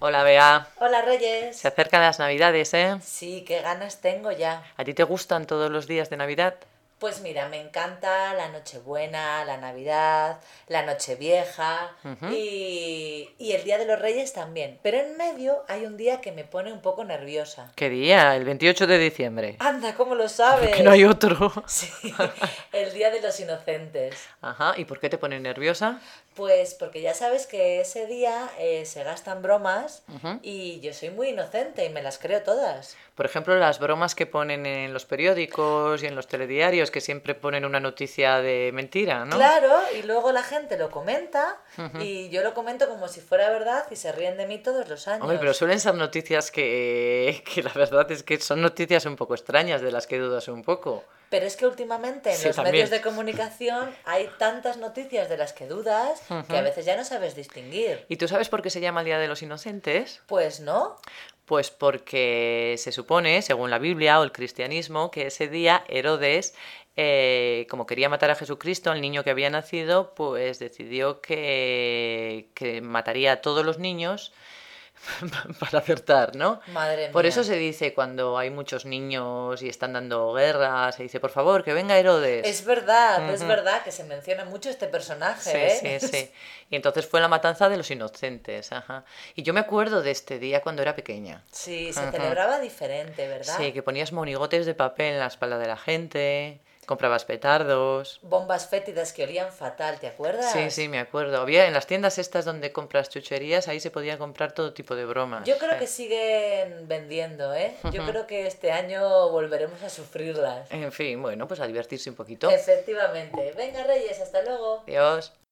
Hola, Bea. Hola Reyes. Se acercan las Navidades, ¿eh? Sí, qué ganas tengo ya. ¿A ti te gustan todos los días de Navidad? Pues mira, me encanta la Nochebuena, la Navidad, la Nochevieja Ujú. y, y el Día de los Reyes también. Pero en medio hay un día que me pone un poco nerviosa. ¿Qué día? El 28 de diciembre. Anda, ¿cómo lo sabes? Que no hay otro. Sí, el Día de los Inocentes. Ajá, ¿y por qué te pone nerviosa? Pues porque ya sabes que ese día eh, se gastan bromas Ujú. y yo soy muy inocente y me las creo todas. Por ejemplo, las bromas que ponen en los periódicos y en los telediarios, que siempre ponen una noticia de mentira, ¿no? Claro, y luego la gente lo comenta y yo lo comento como si fuera verdad y se ríen de mí todos los años. Hombre, pero suelen ser noticias que, que la verdad es que son noticias un poco extrañas, de las que dudas un poco. Pero es que últimamente en Sí, los también. medios de comunicación hay tantas noticias de las que dudas que a veces ya no sabes distinguir. ¿Y tú sabes por qué se llama el Día de los Inocentes? Pues no, Pues porque se supone, según la Biblia o el cristianismo, que ese día Herodes, eh, como quería matar a Jesucristo, al niño que había nacido, pues decidió que, que mataría a todos los niños para acertar, ¿no? madre mía. Por eso se dice cuando hay muchos niños y están dando guerra, se dice, por favor, que venga Herodes. Es verdad, es verdad que se menciona mucho este personaje, Sí, ¿eh? sí, sí. Y entonces fue la matanza de los inocentes. Ajá. Y yo me acuerdo de este día cuando era pequeña. Sí, se Ujú. celebraba diferente, ¿verdad? Sí, que ponías monigotes de papel en la espalda de la gente, comprabas petardos. Bombas fétidas que olían fatal, ¿te acuerdas? Sí, sí, me acuerdo. Había en las tiendas estas donde compras chucherías, ahí se podía comprar todo tipo de bromas. Eh, Yo creo que siguen vendiendo, ¿eh? Yo Ujú. creo que este año volveremos a sufrirlas. En fin, bueno, pues a divertirse un poquito. Efectivamente. Venga, Reyes, hasta luego. Adiós.